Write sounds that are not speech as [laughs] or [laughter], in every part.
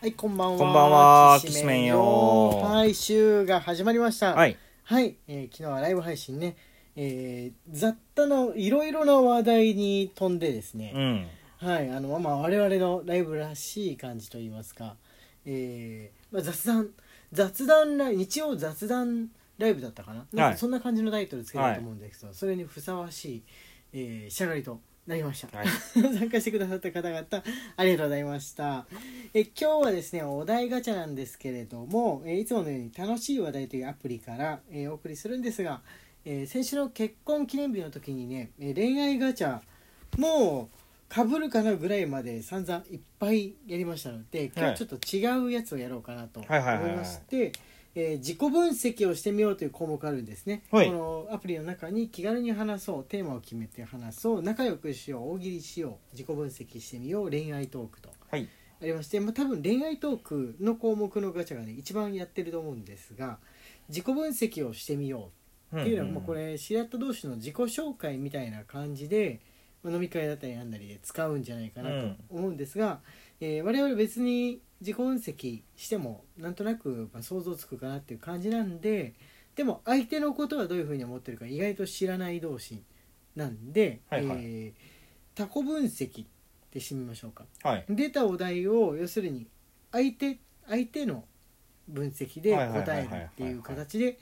はい、こんばんは。こんばんはききししめめんんよよ。はい、週が始まりま [laughs] した。。はいい。えー昨日はライブ配信ね、えー雑多ないろいろな話題に飛んでですうね、ん。はい、あの、まあ、我々のライブらしい感じといいますか、えーまあ、雑談、雑談ライブ、日曜雑談ライブだったかな。なんはかいそんな感じのタイトルつけたと思うんですけど、それにふさわしい、えー仕上がりとなりました。はい。 [laughs] 参加してくださった方々ありがとうございましたえ今日はですねお題ガチャなんですけれどもえいつものように「楽しい話題」というアプリから、えお送りするんですが、え先週の結婚記念日の時にねえ恋愛ガチャもうかぶるかなぐらいまで散々いっぱいやりましたので今はい日ちょっと違うやつをやろうかなと思はいいはいはいはいましてえー自己分析をしてみようという項目があるんですね、はいこのアプリの中に気軽に話そうテーマを決めて話そう仲良くしよう大喜利しよう自己分析してみよう恋愛トークとはい。ありまして、まあ、多分恋愛トークの項目のガチャがね一番やってると思うんですが自己分析をしてみようっていうのは、まあ、こ。れ知り合った同士の自己紹介みたいな感じで、まあ、飲み会だったりなんだりで使うんじゃないかなうとん思うんですが、えー我々別に自己分析してもなんとなくまあ想像つくかなっていう感じなんででも相手のことはどういうふうに思ってるか意外と知らない同士なんで、はいはいえー他己分析ってしてみましょうか。はい。出たお題を要するに相手相手の分析で答えるっていう形で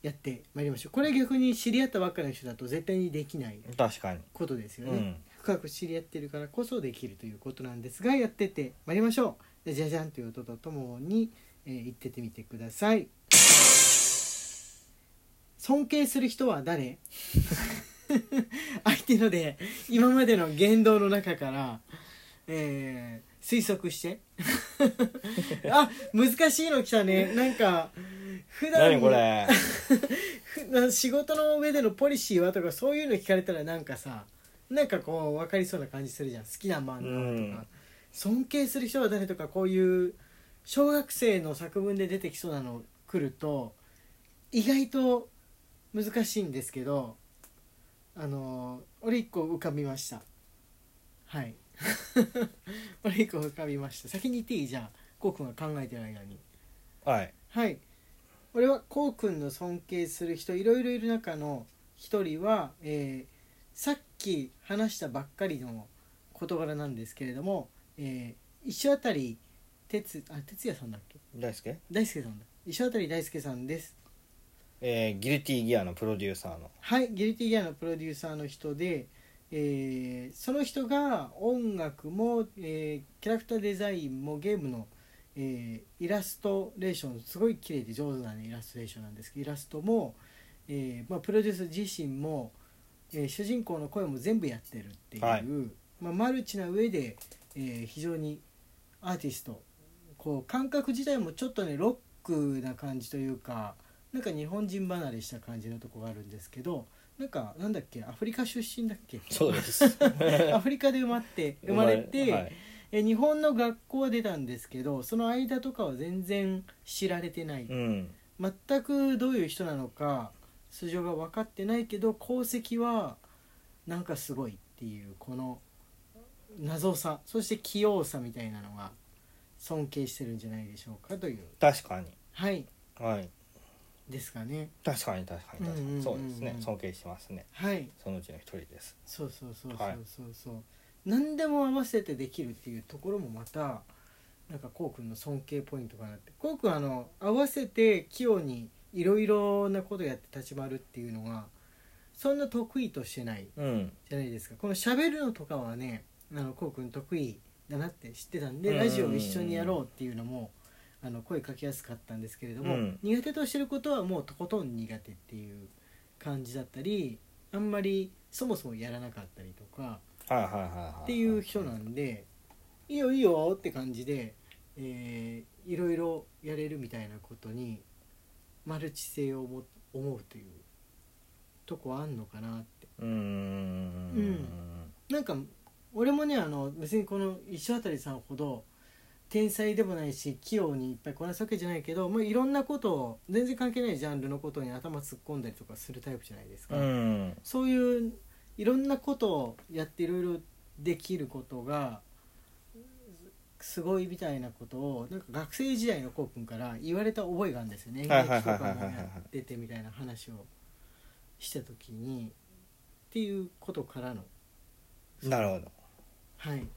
やってまいりましょうこれ逆に知り合ったばっかりの人だと絶対にできない確かに。ことですうよね、ん。深く知り合ってるからこそできるということなんですがやってってまいりましょうでじゃじゃんという音とともに、えー言ってってみてください尊敬する人は誰 [laughs] 相手ので今までの言動の中から、えー推測して [laughs] あ難しいの来たねなんか普段何これ。ふな [laughs] 仕事の上でのポリシーはとかそういうの聞かれたらなんかさなんかこう分かりそうな感じするじゃん好きな漫画とか、うん尊敬する人は誰とかこういう小学生の作文で出てきそうなの来ると意外と難しいんですけどあの俺一個浮かびましたはい [laughs] 俺一個浮かびました先に言っていいじゃんこうくんが考えてる間にはい。はい俺はこうくんの尊敬する人いろいろいる中の一人は、えーさっき話したばっかりの事柄なんですけれども、えー一緒あたり哲あ哲也さんだっけ大輔。大輔さんだ一緒あたり大輔さんですえー、ギルティギアのプロデューサーの。はいギルティギアのプロデューサーの人で、えーその人が音楽も、えーキャラクターデザインもゲームの、えーイラストレーションすごい綺麗で上手な、ね、イラストレーションなんですけどイラストも、えーまあ、プロデュース自身も、えー主人公の声も全部やってるっていう、はいまあ、マルチな上で、えー非常にアーティストこう感覚自体もちょっとねロックな感じというかなんか日本人離れした感じのとこがあるんですけどなんかなんだっけアフリカ出身だっ [laughs] けそうです。アフリ [laughs] カで生まって生まれて、はい。え日本の学校は出たんですけどその間とかは全然知られてない、うん。全くどういう人なのか素性が分かってないけど功績はなんかすごいっていうこの謎さそして器用さみたいなのが尊敬してるんじゃないでしょうかという確かに。はいはい。ですかね確かに確かに確かうんうんうんうんに。そうですね。尊敬してますね。はいそのうちの一人です。そうそうそうそはいうそうそう、何でも合わせてできるっていうところもまたなんかこうくんの尊敬ポイントかなってこうくんあの合わせて器用にいろいろなことやって立ち回るっていうのがそんな得意としてないうん。じゃないですかこの喋るのとかはねあのこうくん得意だなって知ってたんうでんうんうんラジオ一緒にやろうっていうのもあの声かけやすかったんですけれども、うん苦手としてることはもうとことん苦手っていう感じだったりあんまりそもそもやらなかったりとかはいはいはいはい。っていう人なんで「いいよいいよ」って感じで、えーいろいろやれるみたいなことにマルチ性をも思うというとこはあんのかなって。うん。うん。なんか俺もねあの別にこの石渡さんほど天才でもないし器用にいっぱいこなすわけじゃないけど、まあ、いろんなことを全然関係ないジャンルのことに頭突っ込んだりとかするタイプじゃないですか、うん。そういういろんなことをやっていろいろできることがすごいみたいなことをなんか学生時代のこうくんから言われた覚えがあるんですよね演はい劇はいとはいはいかはいもやっててみたいな話をした時にっていうことからのなるほどはい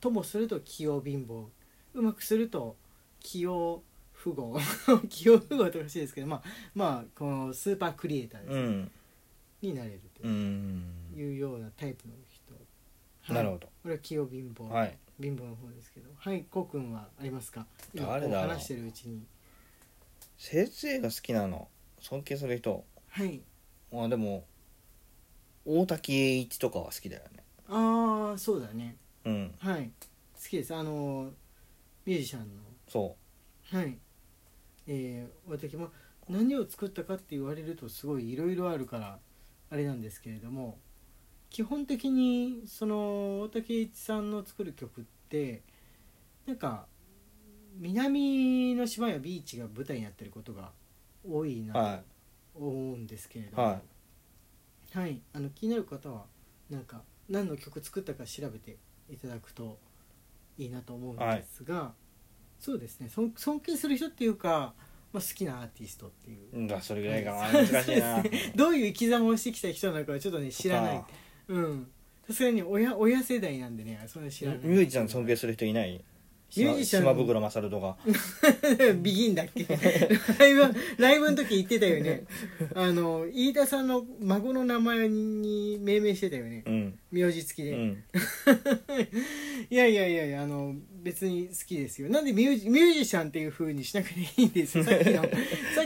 ともすると器用貧乏うまくすると器用富豪 [laughs] 器用富豪ってほしいですけどまあまあこのスーパークリエイターですねうんになれるうとんいうようなタイプの人、はい、なるほどこれは器用貧乏、はい貧乏の方ですけどはいこうくんはありますか今こ誰うだろう話してるうちに先生が好きなの尊敬する人はいまあでも大滝栄一とかは好きだよねああそうだねうんはい好きですあのーミュージシャンのそはいえー、私も何を作ったかって言われるとすごいいろいろあるからあれなんですけれども基本的にその大竹一さんの作る曲ってなんか南の島やビーチが舞台になってることが多いうなは思うんですけれどいははい、あの気になる方はなんか何の曲作ったか調べていただくといいなと思うんですが、そうですね尊尊敬する人っていうか、まあ、好きなアーティストっていういうんだそれぐらいがは難しいそうなですねどういう生き様をしてきた人なのかはちょっとね [laughs] 知らないとかうんさすがに親親世代なんでねそんな知らないミュージシャン尊敬する人いないミュージシャン島袋勝とか [laughs] ビギンだっけライブライブの時言ってたよ [laughs] ねあの飯田さんの孫の名前に命名してたよねうん名字付きうで、んいやいやいやいやあの別に好きですよなんでミュージミュージシャンっていう風にしなくていいんです [laughs] よさっきのさ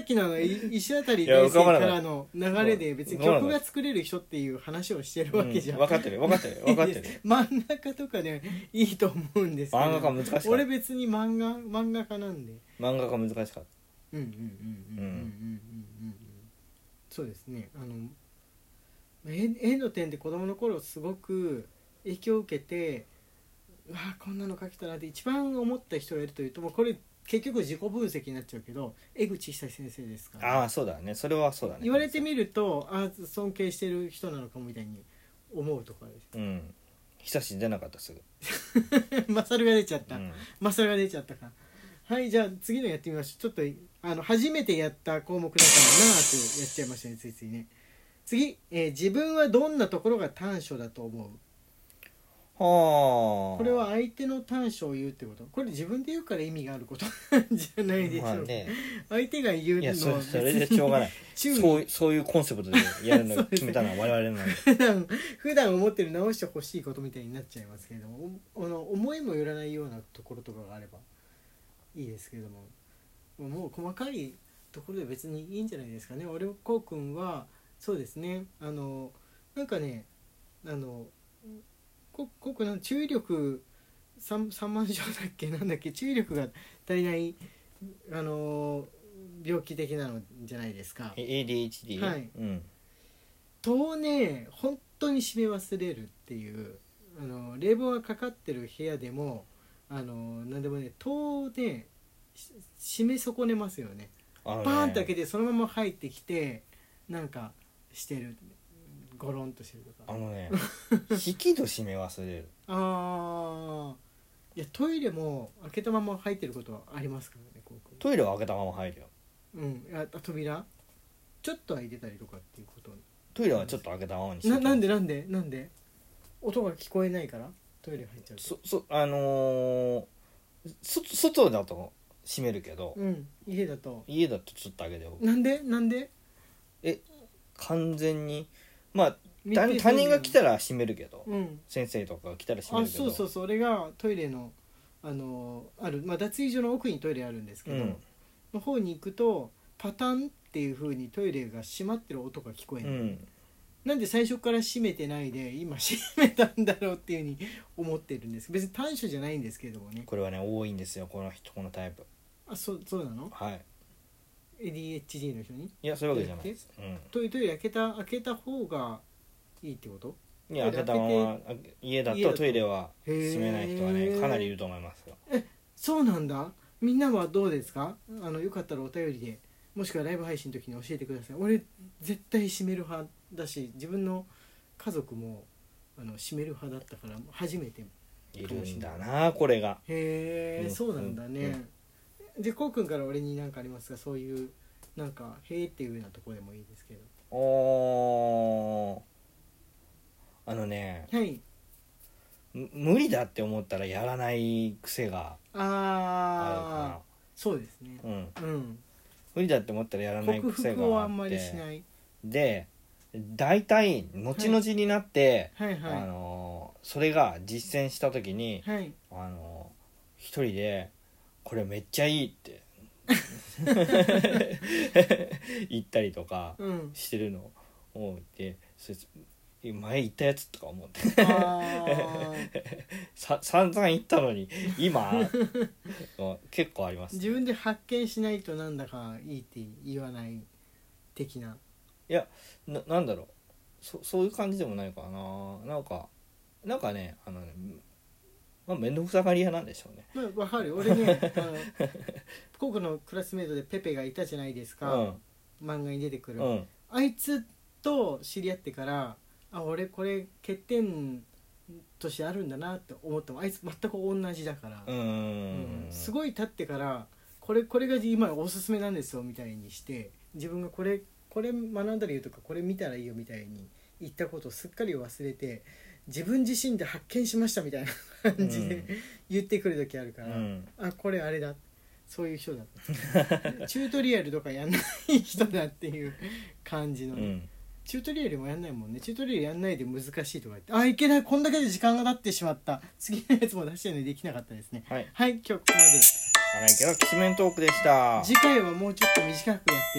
っきのあのい石渡大いや生浮かかばなかったらの流れで別にわからな曲かったが作れる人っていう話をしてるうわんけじゃん、分かってる分かってる分かっていいで [laughs] るす真ん中とかでいいと思うんですけど漫画家難しかった俺別に漫画漫画家なんで漫画家難しかっうんうんうんうんうんうんうんうんそうですねあの絵絵の点で子供の頃すごく影響を受けてうわあこんなの描けたなって一番思った人がいるというともうこれ結局自己分析になっちゃうけど江口久志先生ですかたらああそうだねそれはそうだね言われてみるとああ尊敬してる人なのかもみたいに思うところですうん久し出なかったすぐ、勝が出ちゃっうた、ん、まあそれが出ちゃったかはいじゃあ次のやってみましょうちょっとあの初めてやった項目だからなーってやっちゃいましたねついついね次、えー自分はどんなところが短所だと思うはあこれは相手の短所を言うってことこれ自分で言うから意味があることじゃないでしょうか、まあ [laughs] ね相手が言ういやのそはれそれでしょうがない [laughs] 注意そうそういうコンセプトでや [laughs] るのを決めたのは我々なんで普段普段思ってる直してほしいことみたいになっちゃいますけれどもおあの思いもよらないようなところとかがあればいいですけれどももう細かいところで別にいいんじゃないですかね俺こうくんはそうですねあのなんかねあのここうくんの注意力 3, 3万以上だっけなんだっけ注意力が足りないあの病気的なのじゃないですか。 ADHD、はいうん、とね本当に締め忘れるっていうあの冷房がかかってる部屋でもあの何でもね戸をねし締め損ねますよねあのバねーンと開けてそのまま入ってきてなんかしてるゴロンとしてるとあかのね引き戸閉め忘れるああいやトイレも開けたまま入ってることはありますからねこうこトイレを開けたまま入るよううんああ扉ちょっと開いてたりとかっていうことトイレはちょっと開けたままにしてなたなんでなんでなんで音が聞こえないからトイレ入っちゃうとそそあのーそ外だと閉めるけど、うん家だと家だとちょっと開けてよなんでなんで完全にまあ他他人が来たらら閉めるけど、うん先生とかが来たら閉あめるけどそうそうそう俺がトイレのあのあるまあ脱衣所の奥にトイレあるんですけど、うんの方に行くとパタンっていう風にトイレが閉まってる音が聞こえうる、んなんで最初から閉めてないで今閉めたんだろうっていう風に思ってるんです別に短所じゃないんですけどもねこれはね多いんですよこの人このタイプあそうそうなのはい ADHD の人にいやそういうわけじゃないです、トイレトイレ開けた開けた方がいいってことうん、いや開けたままあ家だ家だととトイレはへー閉めない人はねかなりいると思いますよそうなんだみんなはどうですかあのよかったらお便りでもしくはライブ配信の時に教えてください俺絶対閉める派だし自分の家族もあの閉める派だったから初めているんだなこれがへえ、うんそうなんだね、でこうくんから俺になんかありますかそういうなんか「へえ」っていうようなとこでもいいですけどおーあのねはいむ無理だって思ったらやらない癖があああそうですねるかな、うん、うん無理だって思ったらやらない克癖服をがああんまっりしなていで大体後々になって、はいあはのーそれが実践した時にい、はいあのー一人で「これめっちゃいい」って [laughs] 言ったりとかうんしてるのを見てそれ前言ったやつとか思って [laughs] あーさ散々言ったのに今うん結構あります自分で発見しないとなんだかいいって言わない的なななんだろうそそういう感じでもないかななんかなんかねあのねまあ面倒くさがり屋なんでしょうねまあわかる俺ねあの高校のクラスメートでペペがいたじゃないですうか、ん漫画に出てくる、うんあいつと知り合ってからあ俺これ欠点としてあるんだなって思ってもあいつ全く同じだから、ううんんすいごい経ってからこれこれが今おすすめなんですよみたいにして自分がこれこれ学んだらいいよとかこれ見たらいいよみたいに言ったことをすっかり忘れて自分自身で発見しましたみたいな感じで言ってくる時あるかうら、んあこれあれだそういう人だった [laughs] チュートリアルとかやんない人だっていう [laughs] 感じうのね、んチュートリアルもやんないもんねチュートリアルやんないで難しいとか言ってあいけないこんだけで時間が経ってしまった次のやつも出してないできなかったですねはいはい今日ここまで荒井家はきしめんトークでした次回はもうちょっと短くやって